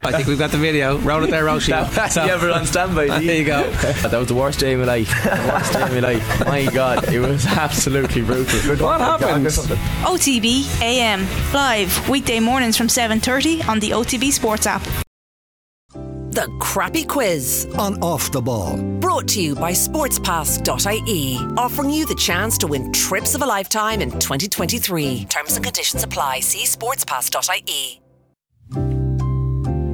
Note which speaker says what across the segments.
Speaker 1: I think we've got the video. Roll it there, Roshi.
Speaker 2: you ever on standby?
Speaker 1: There you go.
Speaker 2: that was the worst day of my life. The worst day of my life. My God, it was absolutely brutal.
Speaker 1: What happened?
Speaker 3: OTB AM live weekday mornings from 7:30 on the OTB Sports app.
Speaker 4: The Crappy Quiz,
Speaker 5: on Off the Ball.
Speaker 4: brought to you by sportspass.ie, offering you the chance to win trips of a lifetime in 2023. Terms and conditions apply. See sportspass.ie.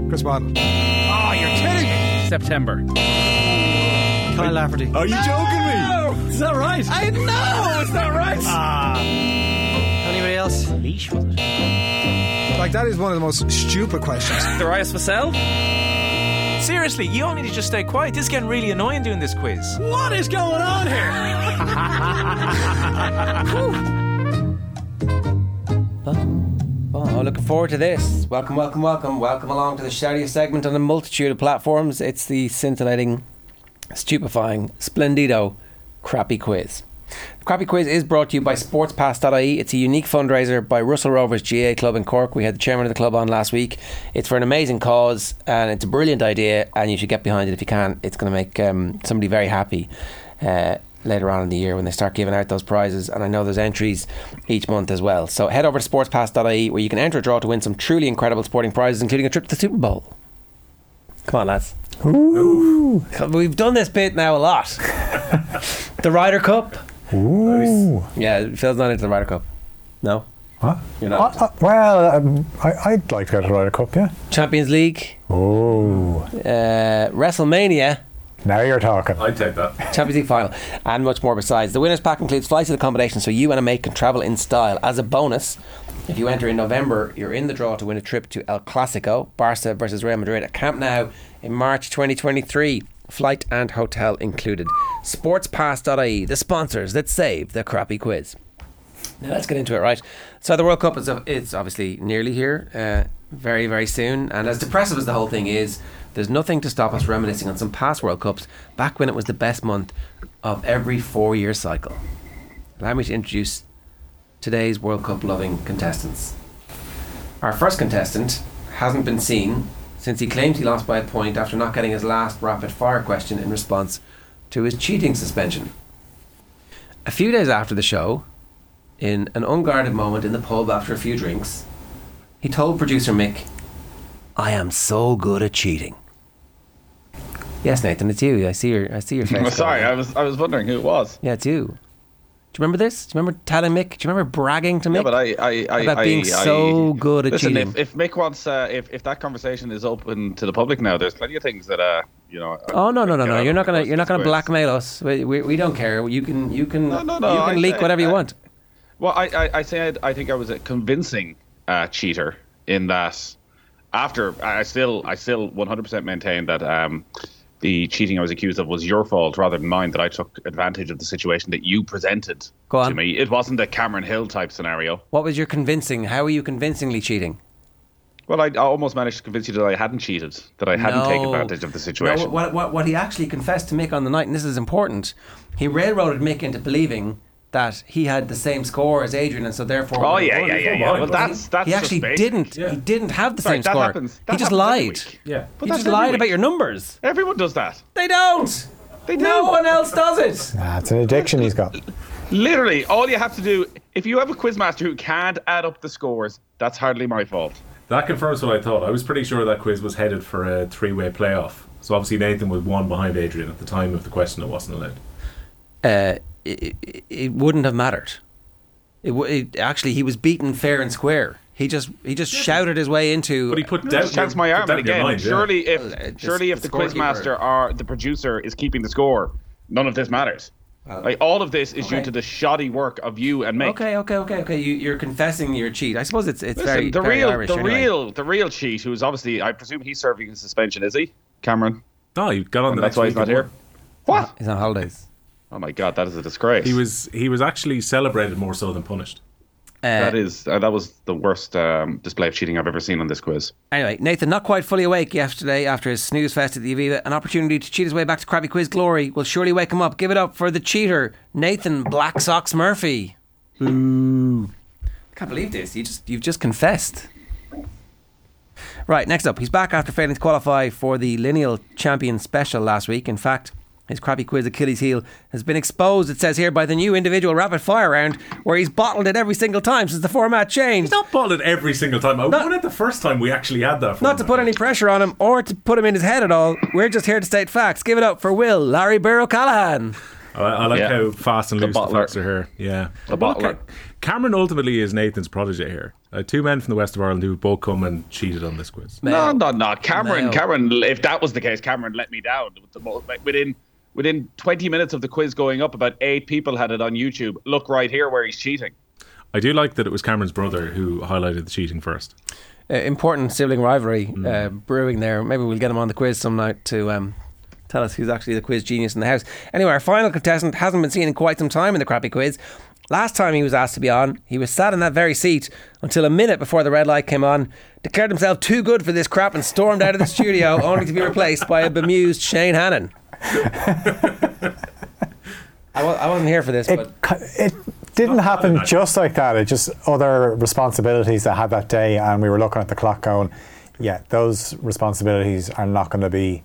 Speaker 5: Chris Waddle. Oh, you're kidding me.
Speaker 6: September.
Speaker 7: Kyle Lafferty.
Speaker 2: Are you joking me?
Speaker 7: Is that right?
Speaker 2: I know. Is that right?
Speaker 8: Ah.
Speaker 7: Anybody else?
Speaker 6: Leash, was it?
Speaker 5: Like, that is one of the most stupid questions.
Speaker 6: Darius Vassell?
Speaker 9: Seriously, you all need to just stay quiet. This is getting really annoying doing this quiz.
Speaker 7: What is going on here? Oh, looking forward to this. Welcome, welcome, welcome. Welcome along to the Shadia segment on a multitude of platforms. It's the scintillating, stupefying, splendido, crappy quiz. The Crappy Quiz is brought to you by SportsPass.ie. E. It's a unique fundraiser by Russell Rovers GA Club in Cork. We had the chairman of the club on last week. It's for an amazing cause and it's a brilliant idea, and you should get behind it if you can. It's going to make um, somebody very happy uh, later on in the year when they start giving out those prizes. And I know there's entries each month as well. So head over to sportspass.ie E, where you can enter a draw to win some truly incredible sporting prizes, including a trip to the Super Bowl. Come on, lads. We've done this bit now a lot. the Ryder Cup. Yeah, Phil's not into the Ryder Cup. No.
Speaker 10: What?
Speaker 7: You're not.
Speaker 10: Uh, uh, well, um, I, I'd like to go to the Ryder Cup, yeah.
Speaker 7: Champions League,
Speaker 10: Oh,
Speaker 7: uh, WrestleMania,
Speaker 10: now you're talking.
Speaker 11: I'd take that.
Speaker 7: Champions League final, and much more besides. The winners pack includes flights and accommodation, so you and a mate can travel in style. As a bonus, if you enter in November, you're in the draw to win a trip to El Clasico, Barca versus Real Madrid at Camp Nou in March 2023. Flight and hotel included. Sportspass.ie, E, the sponsors that save the crappy quiz. Now let's get into it, right? So the World Cup is it's obviously nearly here, uh, very very soon. And as depressive as the whole thing is, there's nothing to stop us reminiscing on some past World Cups back when it was the best month of every four-year cycle. Allow me to introduce today's World Cup loving contestants. Our first contestant hasn't been seen since he claims he lost by a point after not getting his last rapid fire question in response to his cheating suspension. A few days after the show, in an unguarded moment in the pub after a few drinks, he told producer Mick, I am so good at cheating. Yes, Nathan, it's you. I see your I see your face.
Speaker 11: I'm sorry, I was I was wondering who it was.
Speaker 7: Yeah, it's you. Do you remember this? Do you remember telling Mick? Do you remember bragging to Mick?
Speaker 11: Yeah, but I, I, I
Speaker 7: About
Speaker 11: I,
Speaker 7: being
Speaker 11: I-
Speaker 7: so good at
Speaker 11: listen,
Speaker 7: cheating.
Speaker 11: If, if Mick wants, uh, if if that conversation is open to the public now, there's plenty of things that uh, you know. I-
Speaker 7: Oh no no
Speaker 11: I
Speaker 7: no
Speaker 11: get
Speaker 7: no!
Speaker 11: out
Speaker 7: You're
Speaker 11: of
Speaker 7: not
Speaker 11: my
Speaker 7: gonna you're not gonna
Speaker 11: quiz.
Speaker 7: blackmail us. We, we, we don't care. You can you can
Speaker 11: No, no, no,
Speaker 7: you can
Speaker 11: I-
Speaker 7: leak
Speaker 11: I-
Speaker 7: whatever you
Speaker 11: I-
Speaker 7: want.
Speaker 11: Well, I, I, I said I think I was a convincing uh, cheater in that. After I I still I still 100% maintain that um, the cheating I was accused of was your fault rather than mine. That I took advantage of the situation that you presented
Speaker 7: Go on.
Speaker 11: to me. It wasn't a Cameron Hill type scenario.
Speaker 7: What was your convincing? How are you convincingly cheating?
Speaker 11: Well, I, I almost managed to convince you that I hadn't cheated, that I hadn't taken advantage of the situation.
Speaker 7: No, what, what, what he actually confessed to Mick on the night, and this is important, he railroaded Mick into believing that he had the same score as Adrian, and so therefore.
Speaker 11: Oh
Speaker 7: would have
Speaker 11: yeah,
Speaker 7: won.
Speaker 11: yeah, yeah, yeah. Well, that's that's
Speaker 7: he
Speaker 11: just
Speaker 7: actually
Speaker 11: basic.
Speaker 7: didn't. He didn't have the
Speaker 11: Sorry,
Speaker 7: same
Speaker 11: that
Speaker 7: score.
Speaker 11: happens. That
Speaker 7: he just
Speaker 11: happens every
Speaker 7: lied.
Speaker 11: week.
Speaker 7: Yeah,
Speaker 11: But
Speaker 7: he
Speaker 11: that's
Speaker 7: just
Speaker 11: every
Speaker 7: lied
Speaker 11: week.
Speaker 7: about your numbers.
Speaker 11: Everyone does that.
Speaker 7: They don't.
Speaker 11: They
Speaker 7: No
Speaker 11: do.
Speaker 7: one else does it.
Speaker 10: Ah, it's an addiction he's got.
Speaker 11: Literally, all you have to do if you have a quizmaster who can't add up the scores, that's hardly my fault.
Speaker 8: That confirms what I thought. I was pretty sure that quiz was headed for a three way playoff. So obviously Nathan was one behind Adrian at the time of the question that wasn't allowed.
Speaker 7: uh, it, it- it wouldn't have mattered. It, w- it actually he was beaten fair and square. He just he just shouted his way into.
Speaker 8: But he put
Speaker 11: Just
Speaker 8: doubt
Speaker 11: chance my
Speaker 8: put
Speaker 11: arm
Speaker 8: doubt
Speaker 11: and
Speaker 8: in your
Speaker 11: again.
Speaker 8: mind, yeah.
Speaker 11: surely if
Speaker 7: it's-
Speaker 11: surely if
Speaker 7: it's
Speaker 11: the
Speaker 7: scorekeeper.
Speaker 11: quizmaster or the producer is keeping the score, none of this matters. like all of this is
Speaker 7: okay.
Speaker 11: due to the shoddy work of you and me.
Speaker 7: okay, okay, okay, okay. You, you're confessing your cheat. I suppose it's it's
Speaker 11: Listen,
Speaker 7: very
Speaker 11: the
Speaker 7: very
Speaker 11: real,
Speaker 7: Irish.
Speaker 11: the
Speaker 7: anyway.
Speaker 11: real, the real cheat, who is obviously, I presume he's serving his suspension, is he, Cameron?
Speaker 8: No, he Ah, got on
Speaker 11: And
Speaker 8: the
Speaker 11: that's
Speaker 8: next
Speaker 11: why he's
Speaker 8: week and
Speaker 11: not here.
Speaker 8: won.
Speaker 11: What?
Speaker 7: He's on holidays.
Speaker 11: Oh my God, that is a disgrace.
Speaker 8: He was he was actually celebrated more so than punished.
Speaker 7: Uh,
Speaker 11: That is uh, that was the worst um, display of cheating I've ever seen on this quiz.
Speaker 7: Anyway, Nathan, not quite fully awake yesterday after his snooze fest at the Aviva, an opportunity to cheat his way back to Krabby Quiz glory will surely wake him up. Give it up for the cheater, Nathan Black Sox Murphy. Ooh. I can't believe this. You just you've just confessed. Right, next up, he's back after failing to qualify for the lineal champion special last week. In fact, his crappy quiz Achilles heel has been exposed, it says here, by the new individual rapid fire round, where he's bottled it every single time since the format changed.
Speaker 8: Not bottled every single time. I
Speaker 7: Not-
Speaker 8: won it the first time we actually had that.
Speaker 7: Not to
Speaker 8: format.
Speaker 7: put any pressure on him or to put him in his head at all. We're just here to state facts. Give it up for Will Larry Burrow Callahan.
Speaker 8: I, I like
Speaker 11: Yeah.
Speaker 8: how fast and
Speaker 11: The
Speaker 8: loose the
Speaker 11: bottler.
Speaker 8: facts are here. Yeah,
Speaker 11: The
Speaker 8: But look,
Speaker 11: bottler.
Speaker 8: Cameron ultimately is Nathan's protege here. Uh, two men from the west of Ireland who both come and cheated on this quiz.
Speaker 7: Mayo.
Speaker 11: No, no, no. Cameron,
Speaker 7: Mayo.
Speaker 11: Cameron. If that was the case, Cameron let me down. With the mo- like, Within within 20 minutes of the quiz going up, about eight people had it on YouTube. Look right here where he's cheating.
Speaker 8: I do like that it was Cameron's brother who highlighted the cheating first.
Speaker 7: Uh, important sibling rivalry uh, brewing there. Maybe we'll get him on the quiz some night to um, tell us who's actually the quiz genius in the house. Anyway, our final contestant hasn't been seen in quite some time in the crappy quiz. Last time he was asked to be on, he was sat in that very seat until a minute before the red light came on, declared himself too good for this crap, and stormed out of the studio, only to be replaced by a bemused Shane Hannon. I w- I wasn't here for this,
Speaker 10: It,
Speaker 7: but
Speaker 10: cu- it didn't happen just like that. It just other responsibilities I had that day, and we were looking at the clock going, yeah, those responsibilities are not going to be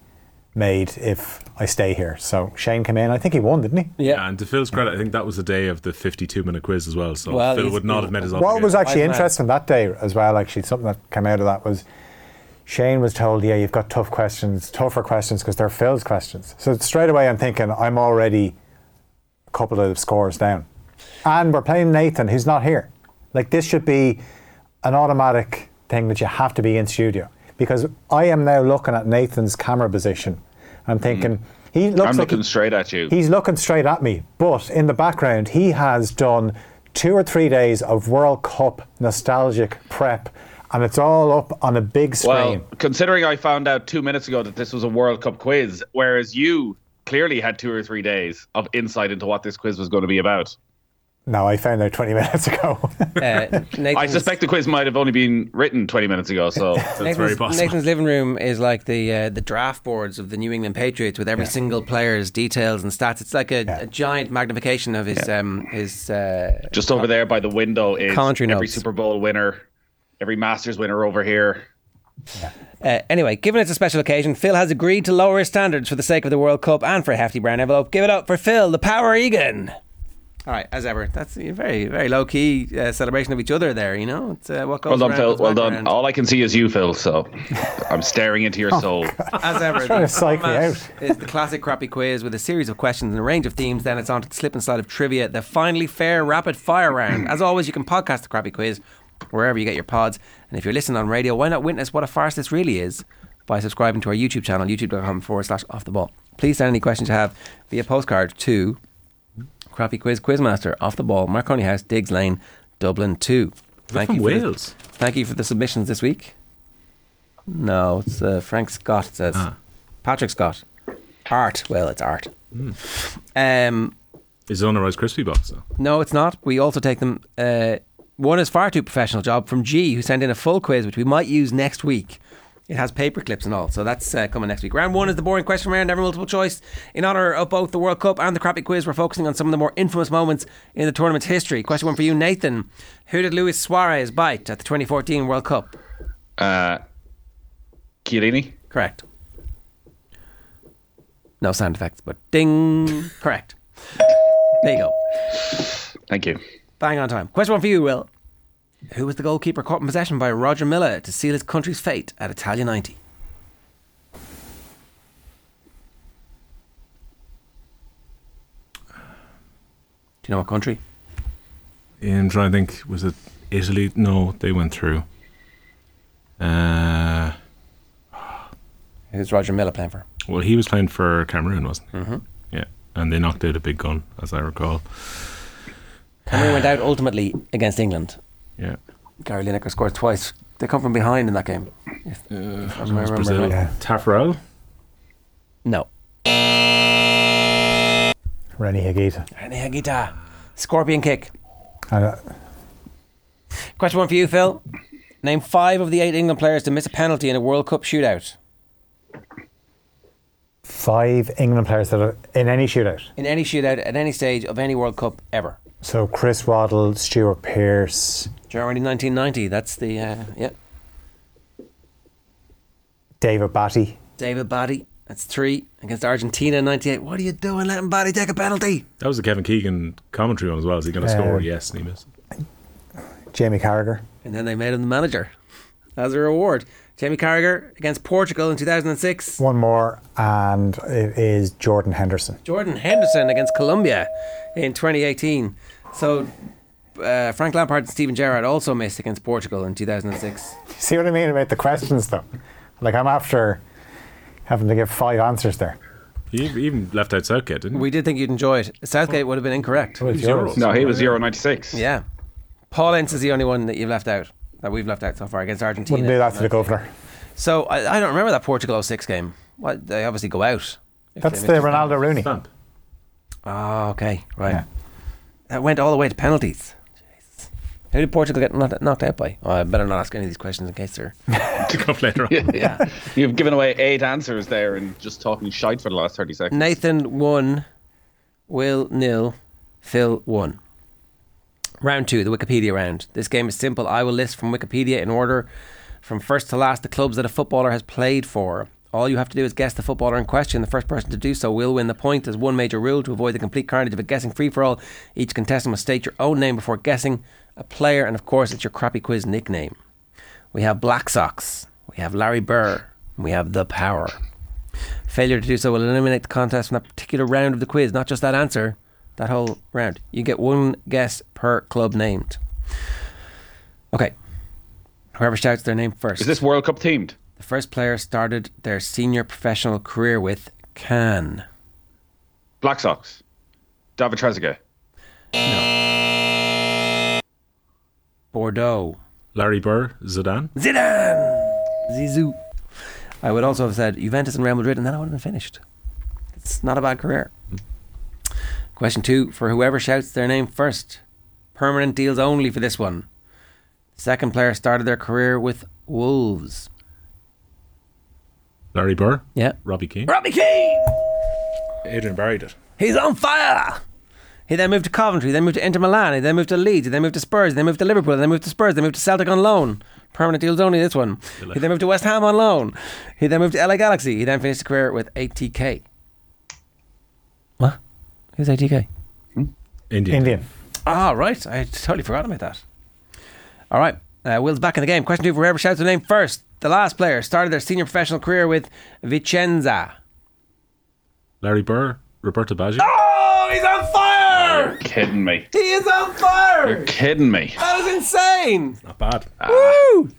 Speaker 10: made if I stay here. So Shane came in. I think he won, didn't he?
Speaker 7: yeah.
Speaker 8: And to Phil's credit, I think that was the day of the 52 minute quiz as well. So
Speaker 7: Well,
Speaker 8: Phil
Speaker 7: he's-
Speaker 8: would not have met his
Speaker 10: What was
Speaker 8: obligation.
Speaker 10: actually
Speaker 7: Wise man.
Speaker 10: interesting that day as well, actually, something that came out of that was Shane was told, yeah, you've got tough questions, tougher questions, because they're Phil's questions. So straight away, I'm thinking, I'm already a couple of scores down. And we're playing Nathan, who's not here. Like, this should be an automatic thing that you have to be in studio. Because I am now looking at Nathan's camera position. I'm thinking, he looks
Speaker 11: Mm-hmm. I'm
Speaker 10: like.
Speaker 11: looking
Speaker 10: he-
Speaker 11: straight at you.
Speaker 10: He's looking straight at me, but in the background, he has done two or three days of World Cup nostalgic prep, and it's all up on a big
Speaker 11: well,
Speaker 10: screen.
Speaker 11: considering I found out two minutes ago that this was a World Cup quiz, whereas you clearly had two or three days of insight into what this quiz was going to be about.
Speaker 10: no, I found out 20 minutes ago.
Speaker 7: Uh,
Speaker 11: I
Speaker 7: Nathan's-
Speaker 11: suspect the quiz might have only been written 20 minutes ago, so
Speaker 8: That's very possible.
Speaker 7: Nathan's living room is like the uh, the draft boards of the New England Patriots with every single player's details and stats. It's like a, a giant magnification of his um, his. Uh,
Speaker 11: just over there by the window is
Speaker 7: Commentary
Speaker 11: every
Speaker 7: notes.
Speaker 11: Super Bowl winner, every Masters winner over here.
Speaker 7: uh, anyway, given it's a special occasion, Phil has agreed to lower his standards for the sake of the World Cup and for a hefty brown envelope. Give it up for Phil, the Power Egan. All right, as ever, that's a very very low key uh, celebration of each other there. You know, it's uh, what goes
Speaker 11: Well done,
Speaker 7: around
Speaker 11: Phil.
Speaker 7: comes
Speaker 11: Well
Speaker 7: back
Speaker 11: done.
Speaker 7: around.
Speaker 11: All I can see is you, Phil. So I'm staring into
Speaker 7: Oh,
Speaker 11: your soul.
Speaker 7: As ever,
Speaker 10: trying
Speaker 7: the
Speaker 10: to psych me
Speaker 7: format is the classic crappy quiz with a series of questions and a range of themes. Then it's on to the slip and slide of trivia, the finally fair rapid fire round. As always, you can podcast the crappy quiz wherever you get your pods. And if you're listening on radio, why not witness what a farce this really is by subscribing to our YouTube channel, youtube.com forward slash off the ball. Please send any questions you have via postcard to Crappy Quiz Quizmaster, off the ball, Marconi House, Diggs Lane, Dublin 2. Thank
Speaker 8: from
Speaker 7: you for the-
Speaker 8: Wales?
Speaker 7: thank you for the submissions this week. No, it's uh, Frank Scott it says. Patrick Scott. Art. Well, it's art. Um,
Speaker 8: Is it on a Rice Krispie box though?
Speaker 7: no, it's not. We also take them. Uh, one is far too professional job from G, who sent in a full quiz, which we might use next week. It has paper clips and all, so that's uh, coming next week. Round one is the boring question round, every multiple choice. In honour of both the World Cup and the crappy quiz, we're focusing on some of the more infamous moments in the tournament's history. Question one for you, Nathan. Who did Luis Suarez bite at the 2014 World Cup?
Speaker 11: Uh, Chiellini?
Speaker 7: Correct. No sound effects, but ding. Correct. There you go.
Speaker 11: Thank you.
Speaker 7: Bang on time. Question one for you, Will. Who was the goalkeeper caught in possession by Roger Miller to seal his country's fate at Italia 90? Do you know what country?
Speaker 8: Yeah, I'm trying to think. Was it Italy? No, they went through. Uh,
Speaker 7: Who's Roger Miller playing for?
Speaker 8: well, he was playing for Cameroon, wasn't he? Mm-hmm. Yeah, and they knocked out a big gun, as I recall.
Speaker 7: Cameroon went out ultimately against England.
Speaker 8: Yeah,
Speaker 7: Gary Lineker scored twice. They come from behind in that game. If, if I remember
Speaker 8: Brazil.
Speaker 7: right.
Speaker 8: Taffarel.
Speaker 7: No.
Speaker 10: Rennie Higuita.
Speaker 7: Rene Higuita. Scorpion kick.
Speaker 10: And, uh,
Speaker 7: Question one for you, Phil. Name five of the eight England players to miss a penalty in a World Cup shootout.
Speaker 10: five England players that are in any shootout.
Speaker 7: In any shootout, at any stage of any World Cup ever.
Speaker 10: So Chris Waddle, Stuart Pearce,
Speaker 7: Germany 1990, that's the, uh, yeah.
Speaker 10: David Batty.
Speaker 7: David Batty, that's three against Argentina in 98. What are you doing letting Batty take a penalty?
Speaker 8: That was the Kevin Keegan commentary one as well. Is he going to
Speaker 10: Uh,
Speaker 8: score? Yes, and he missed.
Speaker 10: Jamie Carragher.
Speaker 7: And then they made him the manager as a reward. Jamie Carragher against Portugal in 2006.
Speaker 10: One more, and it is Jordan Henderson.
Speaker 7: Jordan Henderson against Colombia in 2018. So uh, Frank Lampard and Steven Gerrard also missed against Portugal in 2006.
Speaker 10: See what I mean about the questions, though? Like, I'm after having to give five answers there.
Speaker 8: He even left out Southgate, didn't he?
Speaker 7: We did think you'd enjoy it. Southgate would have been incorrect.
Speaker 10: What is
Speaker 8: yours?
Speaker 11: No, he was Euro 96.
Speaker 7: Yeah. Paul Ince is the only one that you've left out, that we've left out so far against Argentina.
Speaker 10: Wouldn't do that to the governor.
Speaker 7: So I, I don't remember that Portugal 06 game. Well, they obviously go out. if
Speaker 10: That's
Speaker 7: they
Speaker 10: the
Speaker 7: miss penalty.
Speaker 10: Ronaldo Rooney.
Speaker 8: Stamp.
Speaker 7: Oh, okay. Right. That went all the way to penalties. Jesus. Who did Portugal get knocked, knocked out by? Oh, I better not ask any of these questions in case they're.
Speaker 8: To come later on.
Speaker 7: Yeah.
Speaker 11: You've given away eight answers there and just talking shite for the last 30 seconds.
Speaker 7: Nathan one, Will nil, Phil one. Round two, the Wikipedia round. This game is simple. I will list from Wikipedia in order from first to last the clubs that a footballer has played for. All you have to do is guess the footballer in question. The first person to do so will win the point. There's one major rule to avoid the complete carnage of a guessing free for all. Each contestant must state your own name before guessing a player, and of course, it's your crappy quiz nickname. We have Black Sox. We have Larry Burr. and We have The Power. Failure to do so will eliminate the contest from that particular round of the quiz, not just that answer, that whole round. You get one guess per club named. Okay. Whoever shouts their name first.
Speaker 11: Is this World Cup themed?
Speaker 7: the first player started their senior professional career with can.
Speaker 11: Black Sox. David Trezeguet.
Speaker 7: Bordeaux.
Speaker 8: Larry Burr, Zidane.
Speaker 7: Zidane! Zizou. I would also have said Juventus and Real Madrid, and then I would have been finished. It's not a bad career. Question two for whoever shouts their name first. Permanent deals only for this one. Second player started their career with Wolves.
Speaker 8: Larry Burr.
Speaker 7: Yeah.
Speaker 8: Robbie Keane.
Speaker 7: Robbie Keane!
Speaker 8: Adrian buried it.
Speaker 7: He's on fire! He then moved to Coventry, then moved to Inter Milan, he then moved to Leeds, he then moved to Spurs, then moved to Liverpool, then moved to Spurs, then moved to Celtic on loan. Permanent deals only this one. He then moved to West Ham on loan. He then moved to LA Galaxy. He then finished his career with ATK. What? Who's ATK?
Speaker 8: Indian.
Speaker 10: Indian.
Speaker 7: Ah, right. I had totally forgot about that. All right. Uh, Will's back in the game. Question two for whoever shouts the name first. The last player started their senior professional career with Vicenza.
Speaker 8: Larry Burr, Roberto Baggio.
Speaker 7: Oh, he's on fire!
Speaker 11: Kidding me.
Speaker 7: He is on fire!
Speaker 11: You're kidding me.
Speaker 7: That is insane!
Speaker 8: Not bad.
Speaker 11: Ah,
Speaker 7: Woo!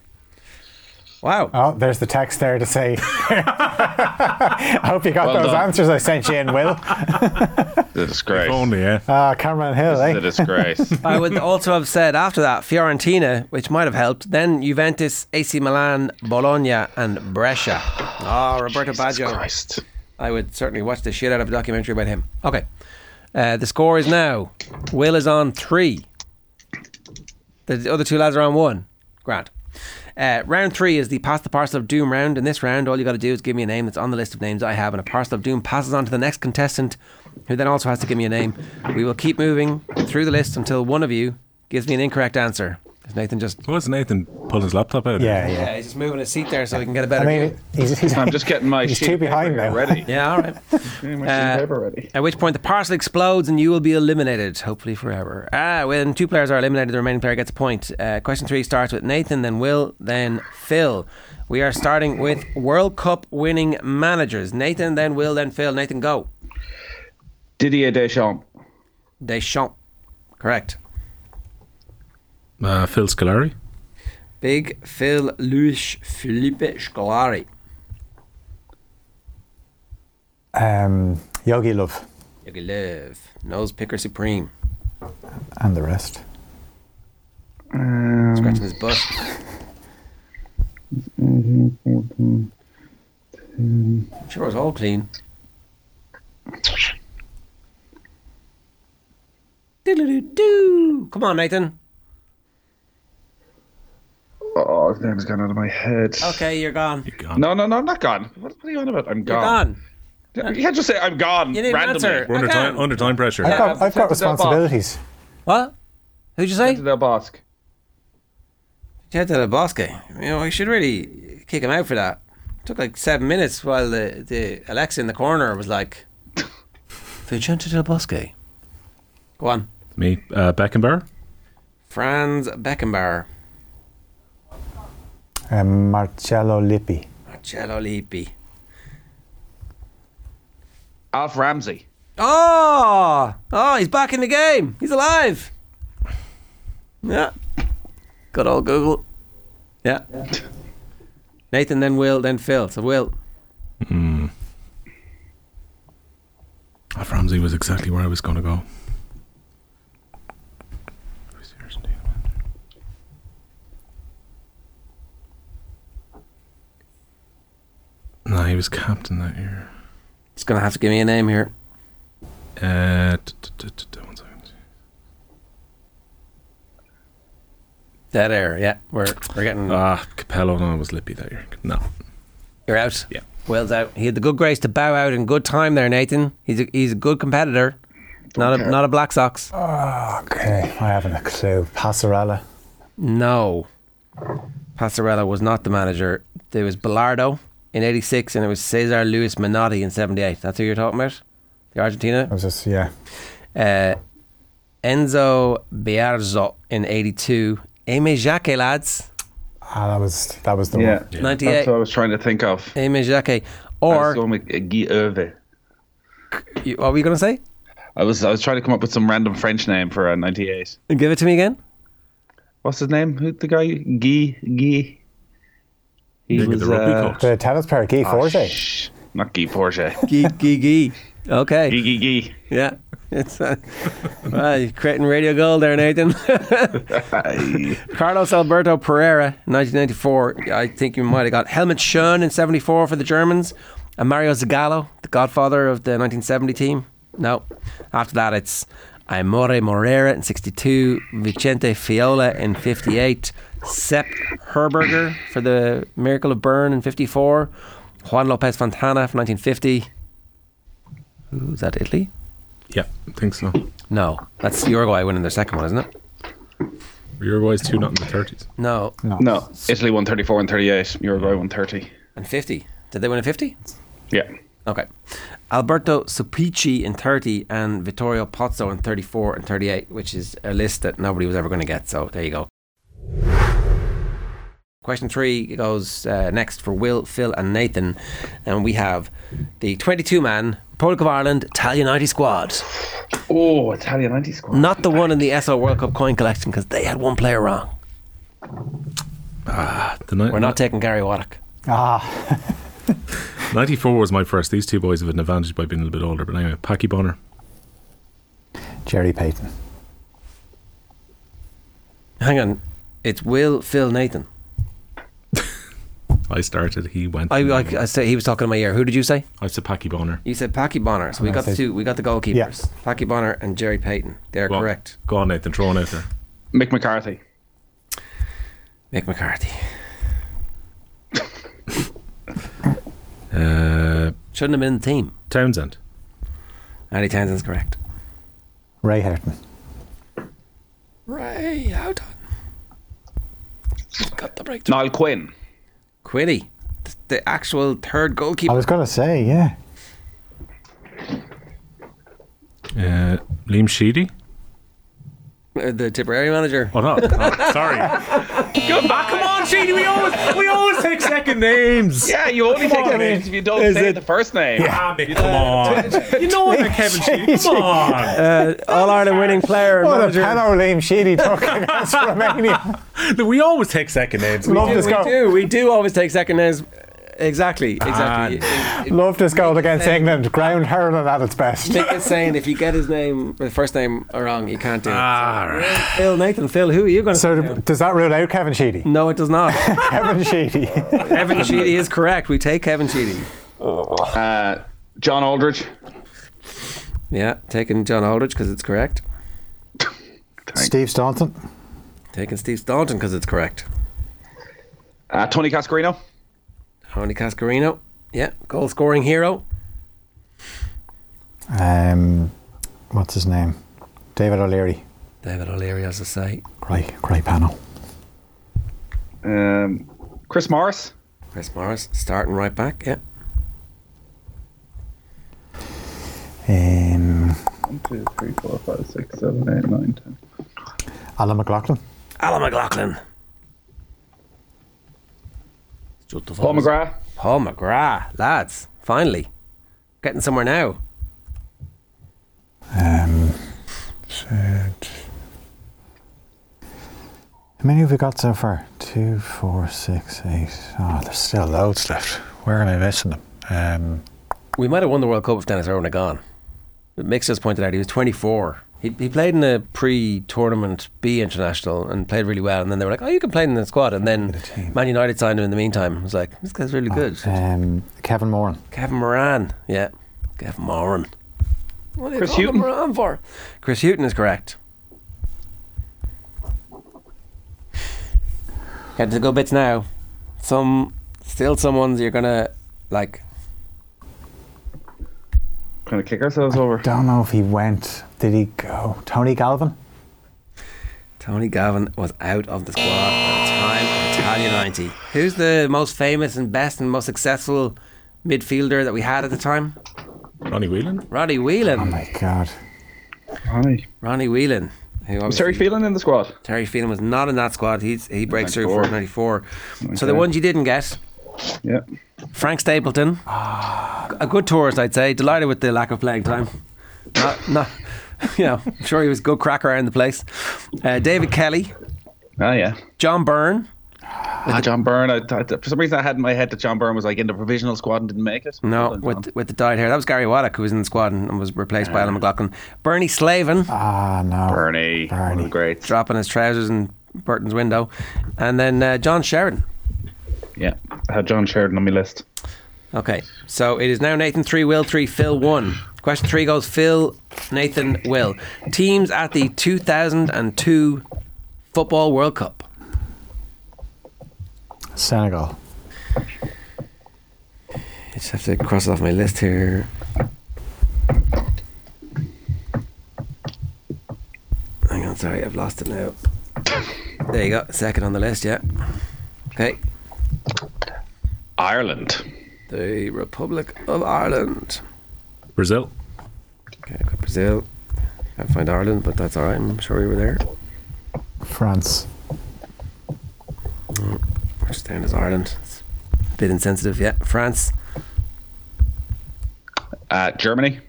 Speaker 7: Wow.
Speaker 10: Oh, there's the text there to say. I hope you got
Speaker 11: Well
Speaker 10: those
Speaker 11: done.
Speaker 10: answers I sent you in, Will.
Speaker 11: The disgrace.
Speaker 8: Only, yeah.
Speaker 10: Uh, Cameron Hill,
Speaker 11: The
Speaker 10: eh?
Speaker 11: disgrace.
Speaker 7: I would also have said after that Fiorentina, which might have helped, then Juventus, AC Milan, Bologna, and Brescia. Ah, Roberto Baggio.
Speaker 11: Christ.
Speaker 7: I would certainly watch the shit out of a documentary about him. Okay. Uh, the score is now Will is on three. The other two lads are on one. Grant. Uh, round three is the Pass the Parcel of Doom round. In this round, all you got to do is give me a name that's on the list of names I have, and a Parcel of Doom passes on to the next contestant, who then also has to give me a name. We will keep moving through the list until one of you gives me an incorrect answer. 'Cause Nathan just.
Speaker 8: What was Nathan pulling his laptop out?
Speaker 10: Yeah, yeah.
Speaker 7: Yeah, he's just moving his seat there so he can get a better
Speaker 10: I
Speaker 7: view.
Speaker 10: mean, he's, he's,
Speaker 11: I'm just getting my
Speaker 10: He's
Speaker 11: sheet
Speaker 10: too
Speaker 11: of paper
Speaker 10: behind
Speaker 11: here
Speaker 10: now.
Speaker 11: ready.
Speaker 7: Yeah, Uh, all right.
Speaker 11: My sheet of paper ready.
Speaker 7: At which point the parcel explodes and you will be eliminated, hopefully forever. Ah, when two players are eliminated, the remaining player gets a point. Uh, question three starts with Nathan, then Will, then Phil. We are starting with World Cup winning managers. Nathan, then Will, then Phil. Nathan, go.
Speaker 11: Didier Deschamps.
Speaker 7: Deschamps. Correct.
Speaker 8: Uh, Phil Scolari.
Speaker 7: Big Phil Luis Felipe Scolari.
Speaker 10: um, Yogi Love
Speaker 7: You can live. Nose picker supreme.
Speaker 10: and the rest.
Speaker 7: Scratching his butt. Sure, it's all clean. Diddle-doo-doo. Come on, Nathan.
Speaker 11: Oh, his name's gone out of my head.
Speaker 7: Okay, you're gone. You're
Speaker 11: No, no, no, I'm not gone. What, what are you on about? I'm gone.
Speaker 7: gone.
Speaker 11: You can't just say I'm gone
Speaker 7: You need an
Speaker 11: randomly.
Speaker 7: answer.
Speaker 8: We're under
Speaker 7: Okay.
Speaker 8: time, under time pressure.
Speaker 10: I've got, Oh, I've
Speaker 11: sent it to
Speaker 10: got
Speaker 11: the
Speaker 10: responsibilities.
Speaker 7: What? Who'd you say?
Speaker 11: To the Bosque.
Speaker 7: Ted Del Bosque. You know, we should really kick him out for that. took like seven minutes while the, the Alexa in the corner was like, Vicente Del Bosque. Go on.
Speaker 8: Me, uh, Beckenbauer.
Speaker 7: Franz Beckenbauer.
Speaker 10: Um, Marcello Lippi.
Speaker 7: Marcello Lippi.
Speaker 11: Alf Ramsey.
Speaker 7: Oh, oh, he's back in the game. He's alive. Yeah. Good old Google. Yeah. Nathan, then Will, then Phil. So Will.
Speaker 8: Mm. Alf Ramsey was exactly where I was going to go. No, he was captain that year.
Speaker 7: He's going to have to give me a name here.
Speaker 8: Uh, t- t- t- t- t- one second.
Speaker 7: Dead air. Yeah, we're we're getting.
Speaker 8: Ah, Capello. No, it was Lippy that year. No.
Speaker 7: You're out.
Speaker 8: Yeah.
Speaker 7: Will's out. He had the good grace to bow out in good time there, Nathan. He's a, he's a good competitor. not a not a Black Sox.
Speaker 10: Okay, I haven't a clue. Passarella.
Speaker 7: No. Passarella was not the manager. There was Bellardo in 86 and it was Cesar Luis Menotti in 78. That's who you're talking about? The
Speaker 10: I
Speaker 7: Argentina?
Speaker 10: was just, yeah.
Speaker 7: Uh, Enzo Bearzo in 82. Aimé Jacquet, lads.
Speaker 10: Ah, that was that was the one.
Speaker 7: 98.
Speaker 11: That's what I was trying to think of.
Speaker 7: Aimé Jacquet.
Speaker 11: I was
Speaker 7: Or,
Speaker 11: going with uh, Guy Irve.
Speaker 7: you- what were you going to say?
Speaker 11: I was I was trying to come up with some random French name for uh, '98.
Speaker 7: Give it to me again.
Speaker 11: What's his name? Who the guy? Guy Guy. He
Speaker 8: Look at the rugby
Speaker 7: uh,
Speaker 8: coach.
Speaker 10: The tennis player, Guy
Speaker 11: oh,
Speaker 10: Forte.
Speaker 11: shh, not Guy Forte.
Speaker 7: Gee, gee, gee. Okay.
Speaker 11: Guy Guy Guy.
Speaker 7: Yeah. It's uh, well, you're creating radio gold there, Nathan. Carlos Alberto Pereira, 1994. I think you might have got Helmut Schoen in 74 for the Germans. And Mario Zagallo, the godfather of the 1970 team. No. After that, it's Amore Morera in 62, Vicente Fiola in 58, Sepp Herberger for the Miracle of Bern in 54, Juan Lopez Fontana from 1950. Ooh, is that Italy?
Speaker 8: Yeah, I think so.
Speaker 7: No, that's Uruguay winning their second one, isn't it?
Speaker 8: Uruguay's two not in the thirties.
Speaker 7: No,
Speaker 11: No, Italy won 34 and 38. Uruguay won 30.
Speaker 7: and fifty. Did they win a fifty?
Speaker 11: Yeah.
Speaker 7: Okay. Alberto Supici in thirty and Vittorio Pozzo in thirty-four and thirty-eight, which is a list that nobody was ever going to get. So there you go. Question three goes uh, next for Will, Phil, and Nathan, and we have the twenty-two man Republic of Ireland Italian ninety squad.
Speaker 11: Oh, Italian 90 squad.
Speaker 7: Not the one in the SO World Cup coin collection because they had one player wrong.
Speaker 8: The ni-
Speaker 7: We're not taking Gary Waddock.
Speaker 10: Ah,
Speaker 8: Ninety-four was my first. These two boys have an advantage by being a little bit older. But anyway, Packy Bonner.
Speaker 10: Jerry Payton.
Speaker 7: Hang on, it's Will, Phil, Nathan.
Speaker 8: I started. He went.
Speaker 7: I, I, I say he was talking in my ear. Who did you say?
Speaker 8: I said Packy Bonner.
Speaker 7: You said Packy Bonner. So we
Speaker 10: I
Speaker 7: got the
Speaker 10: said-
Speaker 7: two. We got the goalkeepers.
Speaker 10: Yeah.
Speaker 7: Packy Bonner and Jerry Payton. They're
Speaker 8: Go on.
Speaker 7: correct.
Speaker 8: Go on, Nathan. Throw one out there.
Speaker 11: Mick McCarthy.
Speaker 7: Mick McCarthy.
Speaker 8: Uh,
Speaker 7: Shouldn't have been in the team.
Speaker 8: Townsend.
Speaker 7: Andy Townsend's correct.
Speaker 10: Ray Herton.
Speaker 7: Ray, how done? Got the breakthrough.
Speaker 11: Niall Quinn.
Speaker 7: Quiddy, the, the actual third
Speaker 10: I
Speaker 7: goalkeeper.
Speaker 10: was going to say, yeah.
Speaker 8: Uh, Liam Sheedy.
Speaker 7: uh, the Tipperary manager.
Speaker 8: Oh no! Oh, sorry. Go back. Come on, Sheedy. We always we always take second names.
Speaker 11: Yeah, you only take the names if you don't say the first name.
Speaker 8: Ah, Mick, come on. you know what, Kevin Sheedy. Uh, Come on.
Speaker 7: All Ireland winning player.
Speaker 10: What a Pano Liam Sheedy took against Romania.
Speaker 8: Look, We always take second names.
Speaker 10: Love
Speaker 8: We do.
Speaker 10: this
Speaker 7: we
Speaker 10: goal.
Speaker 7: do. We do always take second names. Exactly. Exactly.
Speaker 10: Love this goal against England. Ground hurling at its best.
Speaker 7: Mick is saying if you get his name, the first name wrong, you can't do it.
Speaker 8: Ah, right.
Speaker 7: Phil, Nathan, Phil, who are you going to?
Speaker 10: So does that rule out Kevin Sheedy?
Speaker 7: No, it does not.
Speaker 10: Kevin Sheedy.
Speaker 7: Kevin Sheedy is correct. We take Kevin Sheedy.
Speaker 11: Uh, John Aldridge.
Speaker 7: Yeah, taking John Aldridge because it's correct.
Speaker 10: Steve Staunton.
Speaker 7: Taking Steve Staunton because it's correct.
Speaker 11: Uh, Tony Cascarino.
Speaker 7: Tony Cascarino. Yeah, goal scoring hero.
Speaker 10: Um, what's his name? David O'Leary.
Speaker 7: David O'Leary, as I say.
Speaker 10: Cry, cry Pano.
Speaker 11: Um, Chris Morris.
Speaker 7: Chris Morris starting right back. Yeah.
Speaker 10: Um,
Speaker 11: One, two, three, four, five, six, seven, eight, nine, ten.
Speaker 10: Alan McLaughlin.
Speaker 7: Alan McLaughlin. Paul
Speaker 11: Paul McGrath.
Speaker 7: Paul McGrath, lads, finally getting somewhere now.
Speaker 10: Um, said- how many have we got so far? Two, four, six, eight. Oh, there's still loads left. Where am I missing them? Um,
Speaker 7: We might have won the World Cup if Dennis Irwin had gone. Mix just pointed out he was 24. He, he played in a pre-tournament B international and played really well. And then they were like, "Oh, you can play in the squad." And then Man United signed him in the meantime. It was like, "This guy's really good."
Speaker 10: um, Kevin Moran.
Speaker 7: Kevin Moran, yeah, Kevin Moran. What are
Speaker 11: Chris
Speaker 7: you calling
Speaker 11: Hughton.
Speaker 7: Moran for? Chris Hughton is correct. Get to the good bits now. Some, still some ones you're gonna like.
Speaker 11: Kind of kick ourselves over.
Speaker 10: Don't know if he went. Did he go? Tony Galvin?
Speaker 7: Tony Gavin was out of the squad at the time of Italia 90. Who's the most famous and best and most successful midfielder that we had at the time?
Speaker 8: Ronnie Whelan?
Speaker 7: Ronnie Whelan.
Speaker 10: My God.
Speaker 11: Hi.
Speaker 7: Ronnie Whelan. Who
Speaker 11: Was
Speaker 7: obviously-
Speaker 11: Terry Phelan in the squad?
Speaker 7: Terry Phelan was not in that squad. He's, he breaks through for 94. So the
Speaker 11: Okay.
Speaker 7: ones you didn't get
Speaker 11: Yeah.
Speaker 7: Frank Stapleton. A good tourist, I'd say. Delighted with the lack of playing time. Not, not, you know, I'm sure he was a good crack around the place. Uh, David Kelly.
Speaker 11: Ah, yeah.
Speaker 7: John Byrne.
Speaker 11: Ah, John Byrne. I, I, for some reason, I had in my head that John Byrne was like in the provisional squad and didn't make it.
Speaker 7: No,
Speaker 11: Well done,
Speaker 7: with
Speaker 11: John.
Speaker 7: with the dyed hair. That was Gary Waddock who was in the squad and was replaced by Alan McLaughlin. Bernie Slavin
Speaker 10: Ah, no.
Speaker 11: Bernie. One of the greats.
Speaker 7: dropping his trousers in Burton's window, and then uh, John Sheridan.
Speaker 11: Yeah. I had John Sheridan on my list.
Speaker 7: Okay, so it is now Nathan three, Will three, Phil one. Question three goes Phil, Nathan, Will. Teams at the 2002 Football World Cup.
Speaker 10: Senegal.
Speaker 7: I just have to cross it off my list here. Hang on, sorry, I've lost it now. There you go, second on the list, yeah. Okay,
Speaker 11: Ireland.
Speaker 7: the Republic of Ireland.
Speaker 8: Brazil?
Speaker 7: Okay, I've got Brazil. Can't find Ireland, but that's all right. I'm sure we were there.
Speaker 10: France.
Speaker 7: Which down is Ireland. It's a bit insensitive, yeah. France.
Speaker 11: Uh, Germany.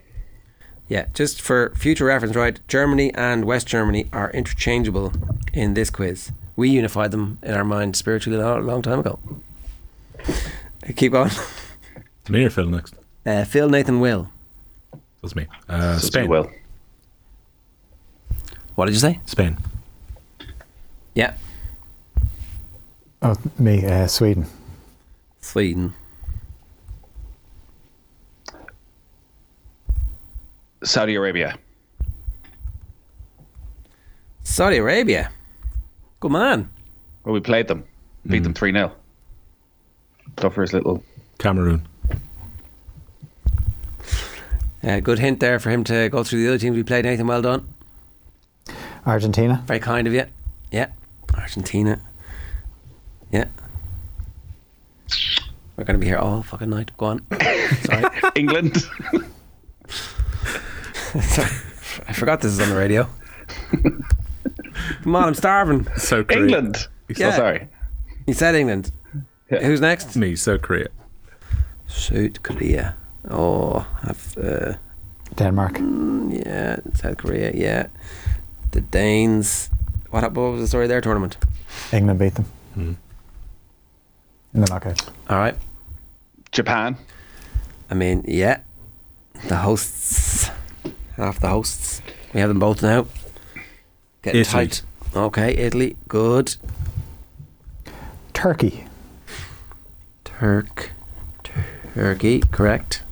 Speaker 7: Yeah, just for future reference, right? Germany and West Germany are interchangeable in this quiz. We unified them in our mind spiritually a lo- long, time ago. Uh, Keep going.
Speaker 8: It's me or Phil next?
Speaker 7: Uh, Phil, Nathan, Will.
Speaker 8: That's me. Uh,
Speaker 11: So
Speaker 8: Spain.
Speaker 11: Will.
Speaker 7: What did you say?
Speaker 8: Spain.
Speaker 7: Yeah,
Speaker 10: Oh, me. Uh, Sweden.
Speaker 7: Sweden.
Speaker 11: Saudi Arabia.
Speaker 7: Saudi Arabia. Good man.
Speaker 11: Well, we played them. Beat them 3 0. Duffer's little.
Speaker 8: Cameroon.
Speaker 7: Uh, good hint there for him to go through the other teams we played. Nathan, well done.
Speaker 10: Argentina.
Speaker 7: Very kind of you. Yeah. Argentina. Yeah. We're going to be here all fucking night. Go on. Sorry.
Speaker 11: England.
Speaker 7: Sorry. I forgot this is on the radio. Come on, I'm starving.
Speaker 8: South Korea.
Speaker 11: England.
Speaker 7: Yeah.
Speaker 11: Oh, sorry.
Speaker 7: You said England.
Speaker 11: Yeah.
Speaker 7: Who's next?
Speaker 8: Me, South Korea.
Speaker 7: South Korea. Oh, I've, uh,
Speaker 10: Denmark.
Speaker 7: yeah, South Korea, yeah. The Danes. What, hap- what was the story of their tournament?
Speaker 10: England beat them. In the knockout.
Speaker 7: All right.
Speaker 11: Japan.
Speaker 7: I mean, yeah. The hosts. Half the hosts. We have them both now. Getting
Speaker 8: Italy.
Speaker 7: tight. Okay, Italy. Good.
Speaker 10: Turkey.
Speaker 7: Turk. Turkey. Correct.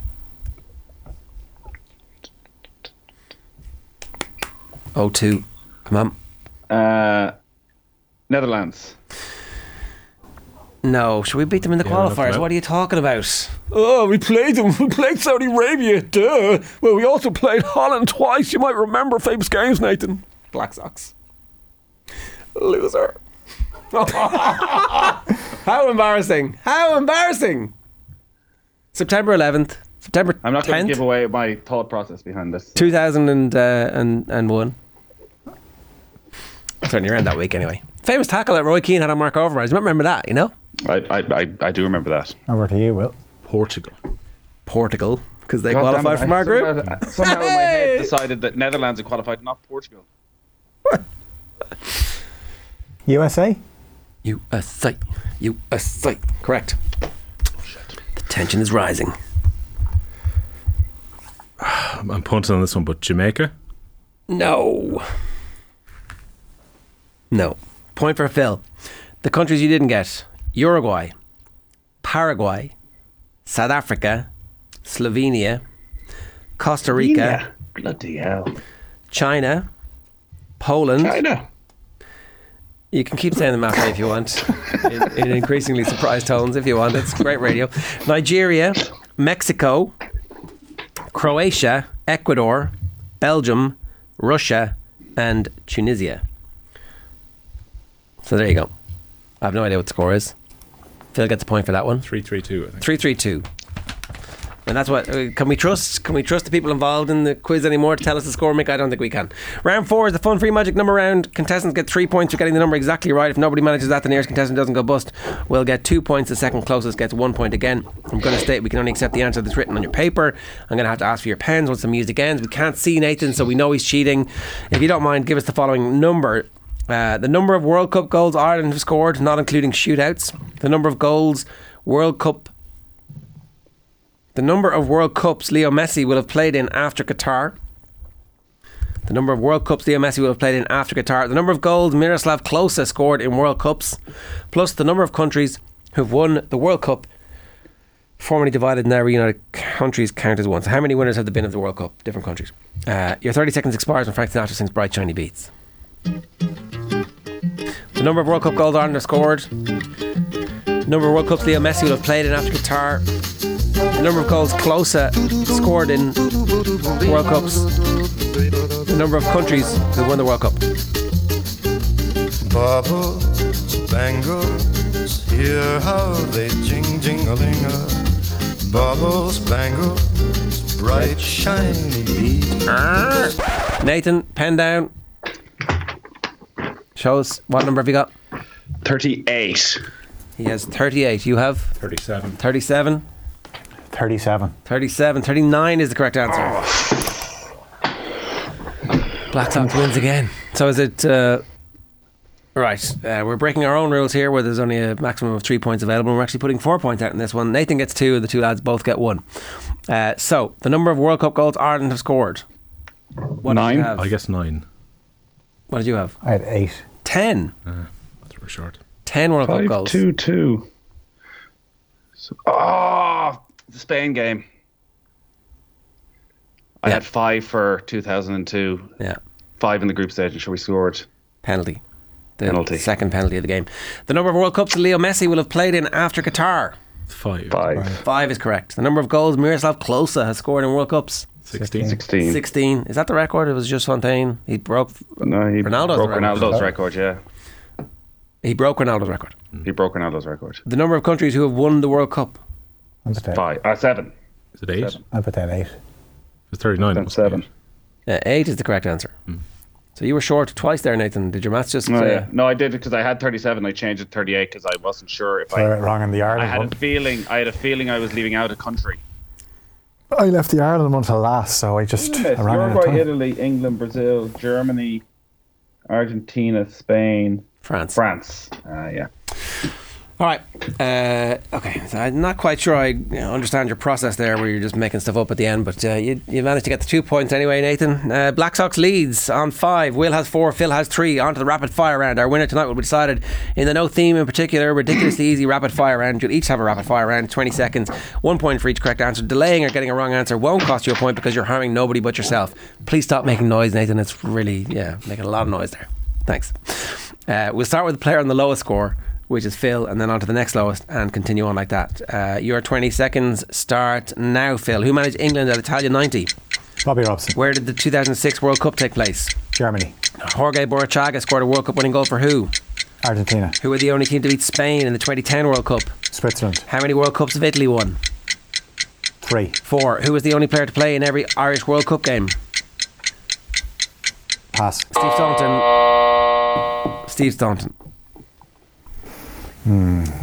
Speaker 7: Oh two. Come on.
Speaker 11: Uh, Netherlands.
Speaker 7: No, should we beat them in the
Speaker 8: Yeah, we knocked them
Speaker 7: qualifiers?
Speaker 8: out.
Speaker 7: What are you talking about? Oh, we played them. We played Saudi Arabia. Duh. Well, we also played Holland twice. You might remember famous games, Nathan. Black Sox. Loser. How embarrassing! How embarrassing! September 11th, September.
Speaker 11: I'm not going
Speaker 7: 10th?
Speaker 11: to give away my thought process behind this.
Speaker 7: uh, 2001. Turn around that week anyway. Famous tackle that Roy Keane had on Mark Overmars. You might remember that, you know?
Speaker 11: I, I, I, I do remember that.
Speaker 10: Over to you, Will.
Speaker 7: Portugal. Portugal, because they
Speaker 11: God damn
Speaker 7: qualified
Speaker 11: it,
Speaker 7: from
Speaker 11: I-
Speaker 7: our group.
Speaker 11: Somehow, somehow in my head decided that Netherlands had qualified, not Portugal.
Speaker 10: USA?
Speaker 7: USA, USA. Correct.
Speaker 11: Oh,
Speaker 7: The tension is rising.
Speaker 8: I'm, I'm punting on this one, but Jamaica.
Speaker 7: No. No. Point for Phil. The countries you didn't get Uruguay, Paraguay, South Africa, Slovenia, Costa Rica,
Speaker 11: Bloody hell.
Speaker 7: China, Poland.
Speaker 11: China.
Speaker 7: You can keep saying them after me if you want, in, in increasingly surprised tones if you want. It's great radio. Nigeria, Mexico, Croatia, Ecuador, Belgium, Russia, and Tunisia. So there you go. I have no idea what the score is. Phil gets a point for that one.
Speaker 8: 332, I think.
Speaker 7: Three three two. And that's what uh, can we trust? Can we trust the people involved in the quiz anymore to tell us the score, Mick? I don't think we can. Round four is the fun free magic number round. Contestants get three points for getting the number exactly right. If nobody manages that, the nearest contestant doesn't go bust. We'll get two points. The second closest gets one point again. I'm going to state we can only accept the answer that's written on your paper. I'm going to have to ask for your pens once the music ends. We can't see Nathan, so we know he's cheating. If you don't mind, give us the following number uh, the number of World Cup goals Ireland have scored, not including shootouts. The number of goals World Cup. The number of World Cups Leo Messi will have played in after Qatar. The number of World Cups Leo Messi will have played in after Qatar. The number of goals Miroslav Klose scored in World Cups, plus the number of countries who've won the World Cup. Formerly divided, now reunited countries count as one. So, how many winners have there been of the World Cup? Different countries. Uh, your 30 seconds expires when Frank Sinatra sings Bright Shiny Beats. The number of World Cup goals Ireland have scored. Number of World Cups Leo Messi will have played in after Qatar. The number of goals Closer scored in World Cups. The number of countries who won the World Cup.
Speaker 6: Bubbles, bangles, hear how they jing jing-a-ling-a. Bubbles, bangles, bright shiny beads.
Speaker 7: Nathan, pen down. Show us what number have you got?
Speaker 11: 38.
Speaker 7: He has 38. You have?
Speaker 8: 37.
Speaker 7: 37.
Speaker 10: 37.
Speaker 7: 37. 39 is the correct answer. Black Sox wins again. So is it. Uh, right. Uh, we're breaking our own rules here where there's only a maximum of three points available. We're actually putting four points out in this one. Nathan gets two, the two lads both get one. Uh, so the number of World Cup goals Ireland have scored. What Did you have?
Speaker 8: I guess nine.
Speaker 7: What did you have?
Speaker 10: I had eight.
Speaker 7: 10.
Speaker 8: Uh, that's very short.
Speaker 7: 10 World Cup
Speaker 11: Five
Speaker 7: goals.
Speaker 11: two two. So, oh, the Spain game. I
Speaker 7: Yeah.
Speaker 11: had five for 2002.
Speaker 7: Yeah.
Speaker 11: Five in the group stage, and sure we scored.
Speaker 7: Penalty. The
Speaker 11: Penalty.
Speaker 7: Second penalty of the game. The number of World Cups Leo Messi will have played in after Qatar.
Speaker 8: Five.
Speaker 11: Five.
Speaker 7: Five is correct. The number of goals Miroslav Klose has scored in World Cups.
Speaker 8: Sixteen.
Speaker 11: 16.
Speaker 7: 16. Is that the record? It was just Fontaine. He broke
Speaker 11: No, he
Speaker 7: Ronaldo's
Speaker 11: broke
Speaker 7: record.
Speaker 11: Ronaldo's record, yeah.
Speaker 7: he broke Ronaldo's record.
Speaker 11: He broke Ronaldo's record.
Speaker 7: The number of countries who have won the World Cup.
Speaker 10: I'm just dead.
Speaker 11: Five. Uh, seven.
Speaker 8: Is it eight? It
Speaker 11: Seven.
Speaker 10: I put down eight.
Speaker 8: was 39. it
Speaker 11: Then
Speaker 8: must be eight.
Speaker 11: seven.
Speaker 7: Uh, eight is the correct answer. So you were short twice there, Nathan. Did your maths just.
Speaker 11: No,
Speaker 7: uh,
Speaker 11: Oh, yeah. no, I did because I had 37. I changed it to 38 because I wasn't sure if
Speaker 10: Clear
Speaker 11: I.
Speaker 10: it wrong in the
Speaker 11: I
Speaker 10: Ireland
Speaker 11: had
Speaker 10: one.
Speaker 11: a feeling. I had a feeling I was leaving out a country.
Speaker 10: I left the Ireland one to last, so I just I ran out of time.
Speaker 11: Italy, England, Brazil, Germany, Argentina, Spain,
Speaker 7: France.
Speaker 11: France. Uh, yeah.
Speaker 7: All right. Uh, okay. So I'm not quite sure I you know, understand your process there where you're just making stuff up at the end, but uh, you, you managed to get the two points anyway, Nathan. Uh, Black Sox leads on five. Will has four. Phil has three. On to the rapid fire round. Our winner tonight will be decided in the no theme in particular. Ridiculously easy rapid fire round. You'll each have a rapid fire round, 20 seconds, one point for each correct answer. Delaying or getting a wrong answer won't cost you a point because you're harming nobody but yourself. Please stop making noise, Nathan. It's really, yeah, making a lot of noise there. Thanks. Uh, we'll start with the player on the lowest score, which is Phil, and then on to the next lowest and continue on like that. Uh, your 20 seconds start now, Phil. Who managed England at Italia 90?
Speaker 10: Bobby Robson.
Speaker 7: Where did the 2006 World Cup take place?
Speaker 10: Germany.
Speaker 7: Jorge Borrachaga scored a World Cup winning goal for who?
Speaker 10: Argentina.
Speaker 7: Who were the only team to beat Spain in the 2010 World Cup?
Speaker 10: Switzerland.
Speaker 7: How many World Cups have Italy won?
Speaker 10: Three.
Speaker 7: Four. Who was the only player to play in every Irish World Cup game?
Speaker 10: Pass.
Speaker 7: Steve Staunton. Steve Staunton.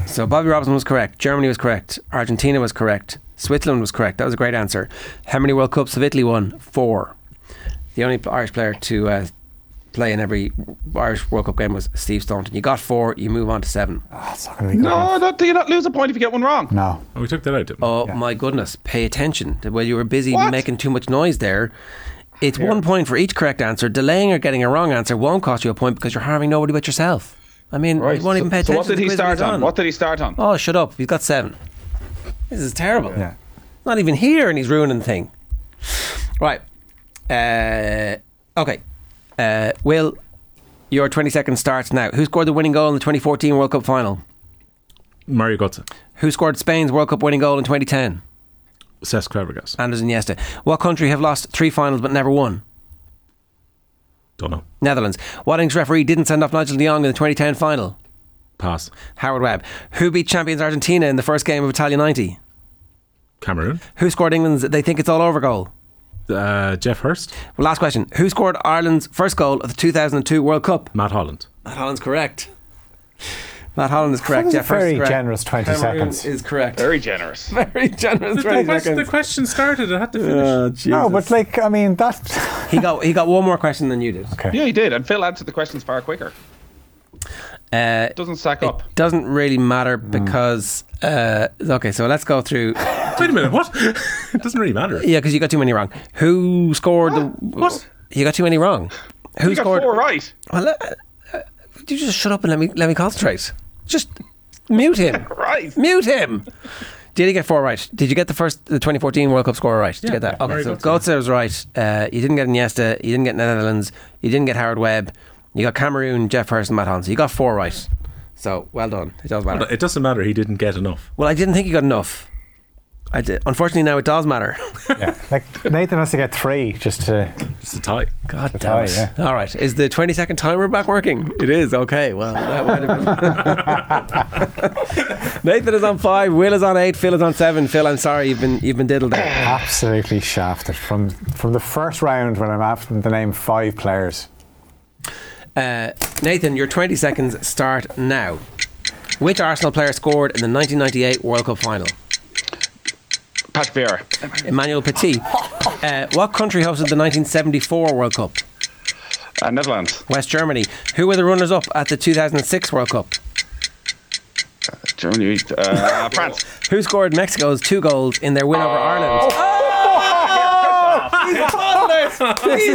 Speaker 7: So Bobby Robson was correct. Germany was correct. Argentina was correct. Switzerland was correct. That was a great answer. How many World Cups have Italy won? Four. The only Irish player to uh, play in every Irish World Cup game was Steve Staunton. You got four. You move on to seven.
Speaker 11: No, that, you not lose a point if you get one wrong.
Speaker 10: No.
Speaker 7: Oh, we took that out, Oh, my goodness. Pay attention. While you were busy making too much noise there, it's one point for each correct answer. Delaying or getting a wrong answer won't cost you a point because you're harming nobody but yourself. I mean, you won't even pay
Speaker 11: So
Speaker 7: attention.
Speaker 11: what
Speaker 7: to
Speaker 11: did
Speaker 7: the
Speaker 11: he
Speaker 7: quiz when
Speaker 11: start
Speaker 7: he's
Speaker 11: on? What did he start on?
Speaker 7: Oh, shut up. He's got seven. This is terrible. Yeah. Not even here and he's ruining the thing. Right. Uh, okay. Uh, Will, your 20 seconds starts now. Who scored the winning goal in the 2014 World Cup final?
Speaker 8: Mario Götze.
Speaker 7: Who scored Spain's World Cup winning goal in 2010?
Speaker 8: Cesc Fabregas.
Speaker 7: Anders Iniesta. What country have lost three finals but never won?
Speaker 8: Don't know.
Speaker 7: Netherlands. Wadding's referee didn't send off Nigel de Jong in the 2010 final.
Speaker 8: Pass.
Speaker 7: Howard Webb. Who beat champions Argentina in the first game of Italia 90?
Speaker 8: Cameroon.
Speaker 7: Who scored England's They Think It's All Over goal?
Speaker 8: Uh, Jeff Hurst.
Speaker 7: Well, last question. Who scored Ireland's first goal of the 2002 World Cup?
Speaker 8: Matt Holland.
Speaker 7: Matt Holland's correct. Matt Holland is correct.
Speaker 10: was a
Speaker 7: Jeff Hurst is
Speaker 10: very
Speaker 7: correct.
Speaker 10: generous 20
Speaker 7: Cameroon
Speaker 10: seconds.
Speaker 7: is correct.
Speaker 11: Very generous.
Speaker 7: Very generous. 20
Speaker 8: The, question,
Speaker 7: seconds.
Speaker 8: the question started. It had to finish.
Speaker 10: No, but like, I mean, that.
Speaker 7: he got he got one more question than you did.
Speaker 10: Okay.
Speaker 11: Yeah, he did, and Phil answered the questions far quicker.
Speaker 7: Uh,
Speaker 11: Doesn't stack up.
Speaker 7: doesn't really matter
Speaker 10: Hmm.
Speaker 7: because uh, okay. So let's go through.
Speaker 8: Wait a minute. What? it doesn't really matter.
Speaker 7: Yeah, because you got too many wrong. Who scored the?
Speaker 8: What?
Speaker 7: You got too many wrong. Who
Speaker 11: You got
Speaker 7: scored?
Speaker 11: four right.
Speaker 7: Well, uh, uh, would you just shut up and let me let me concentrate. Just mute him.
Speaker 11: Right.
Speaker 7: Mute him. Did he get four right? Did you get the first the 2014 World Cup score right? Did you get that?
Speaker 8: yeah,
Speaker 7: okay,
Speaker 8: very
Speaker 7: so
Speaker 8: good.
Speaker 7: Götze was right. Uh, you didn't get Iniesta. You didn't get Netherlands. You didn't get Howard Webb. You got Cameroon, Jeff Hurst, and Matt Hans. You got four right. So well done. It does matter.
Speaker 8: It doesn't matter. He didn't get enough.
Speaker 7: Well, I didn't think you got enough. I did. Unfortunately, now it does matter.
Speaker 10: Like, Nathan has to get three just to.
Speaker 8: It's a tie.
Speaker 7: God
Speaker 10: It's a
Speaker 7: damn
Speaker 10: tie,
Speaker 7: it.
Speaker 10: yeah.
Speaker 7: All right. Is the 20 second timer back working? It is. Okay. Well, that might have been- Nathan is on five. Will is on eight. Phil is on seven. Phil, I'm sorry. You've been you've been diddled there.
Speaker 10: Absolutely shafted from from the first round when I'm after the name five players.
Speaker 7: Uh, Nathan, your 20 seconds start now. Which Arsenal player scored in the 1998 World Cup final?
Speaker 11: Pat Vieira.
Speaker 7: Emmanuel Petit. Uh, what country hosted the 1974 World Cup?
Speaker 11: Uh, Netherlands.
Speaker 7: West Germany. Who were the runners up at the 2006 World Cup?
Speaker 11: Germany. Uh, France.
Speaker 7: Who scored Mexico's two goals in their win over Ireland? He's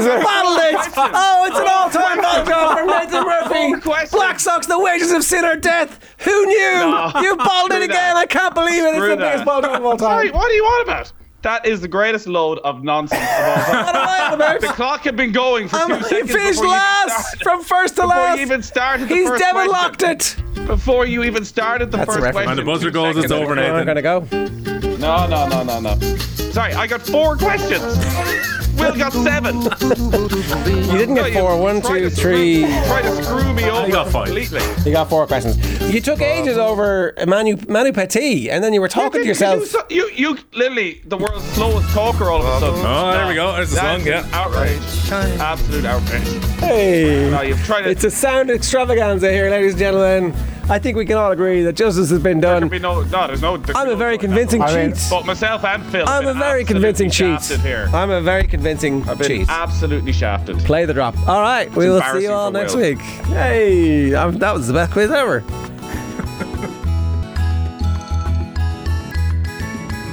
Speaker 7: battled Oh. it. Oh, it's an all-time knockoff from Nathan
Speaker 11: Four
Speaker 7: Murphy.
Speaker 11: questions.
Speaker 7: Black Sox, the wages of sin are death. Who knew?
Speaker 11: No.
Speaker 7: you balled it
Speaker 11: Screw
Speaker 7: again.
Speaker 11: that.
Speaker 7: I can't believe it.
Speaker 11: Screw
Speaker 7: it's the
Speaker 11: that.
Speaker 7: biggest ball drop of all
Speaker 11: Sorry,
Speaker 7: time.
Speaker 11: what are you on about? That is the greatest load of nonsense of all time.
Speaker 7: What am I on about?
Speaker 11: The clock had been going for
Speaker 7: I'm-
Speaker 11: two
Speaker 7: he
Speaker 11: seconds
Speaker 7: finished
Speaker 11: before you
Speaker 7: last
Speaker 11: started,
Speaker 7: from first to
Speaker 11: before
Speaker 7: last.
Speaker 11: you even started the
Speaker 7: He's
Speaker 11: first
Speaker 7: Devon
Speaker 11: question.
Speaker 7: locked it.
Speaker 11: before you even started the
Speaker 7: a
Speaker 11: first
Speaker 7: reference.
Speaker 11: question.
Speaker 8: And the buzzer
Speaker 11: two
Speaker 8: goes, it's
Speaker 11: seconds
Speaker 8: over,
Speaker 11: ago.
Speaker 7: We're
Speaker 8: Nathan.
Speaker 7: gonna go.
Speaker 11: No, no, no, no, no. Sorry, I got four questions. Will got seven.
Speaker 7: You didn't
Speaker 11: No,
Speaker 7: get four. One,
Speaker 11: tried
Speaker 7: two,
Speaker 11: to screw-
Speaker 7: three.
Speaker 11: Tried to screw me over
Speaker 8: got five.
Speaker 11: completely.
Speaker 7: You got four questions. You took
Speaker 11: Oh.
Speaker 7: ages over Manu, Manu Petit, and then you were talking to
Speaker 11: Did You,
Speaker 7: yourself.
Speaker 11: so- you, you, literally, the world's slowest talker all of a sudden.
Speaker 8: Oh, there we go. There's the song.
Speaker 11: That is
Speaker 8: Yeah.
Speaker 11: Outrage. Absolute outrage.
Speaker 7: Hey.
Speaker 11: No, you've tried to.
Speaker 7: It's a sound extravaganza here, ladies and gentlemen. I think we can all agree that justice has been
Speaker 11: There'd
Speaker 7: done.
Speaker 11: be no, no, there's no. there's
Speaker 7: I'm
Speaker 11: no
Speaker 7: a very
Speaker 11: joy in that
Speaker 7: convincing
Speaker 10: I mean-
Speaker 7: cheat.
Speaker 11: one. But myself and Phil. have
Speaker 7: I'm a
Speaker 11: been
Speaker 7: very
Speaker 11: absolutely
Speaker 7: convincing cheat.
Speaker 11: shafted Here.
Speaker 7: I'm a very convincing
Speaker 11: I've been
Speaker 7: cheat.
Speaker 11: absolutely shafted.
Speaker 7: Play the drop. All right, we will see
Speaker 11: embarrassing
Speaker 7: you all
Speaker 11: for
Speaker 7: next
Speaker 11: Will.
Speaker 7: week. Hey, um, that was the best quiz ever.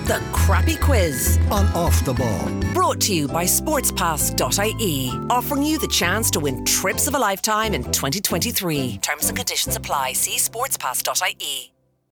Speaker 4: The Crappy Quiz,
Speaker 12: on Off the Ball.
Speaker 4: brought to you by sportspass.ie, offering you the chance to win trips of a lifetime in 2023. Terms and conditions apply. See sportspass.ie.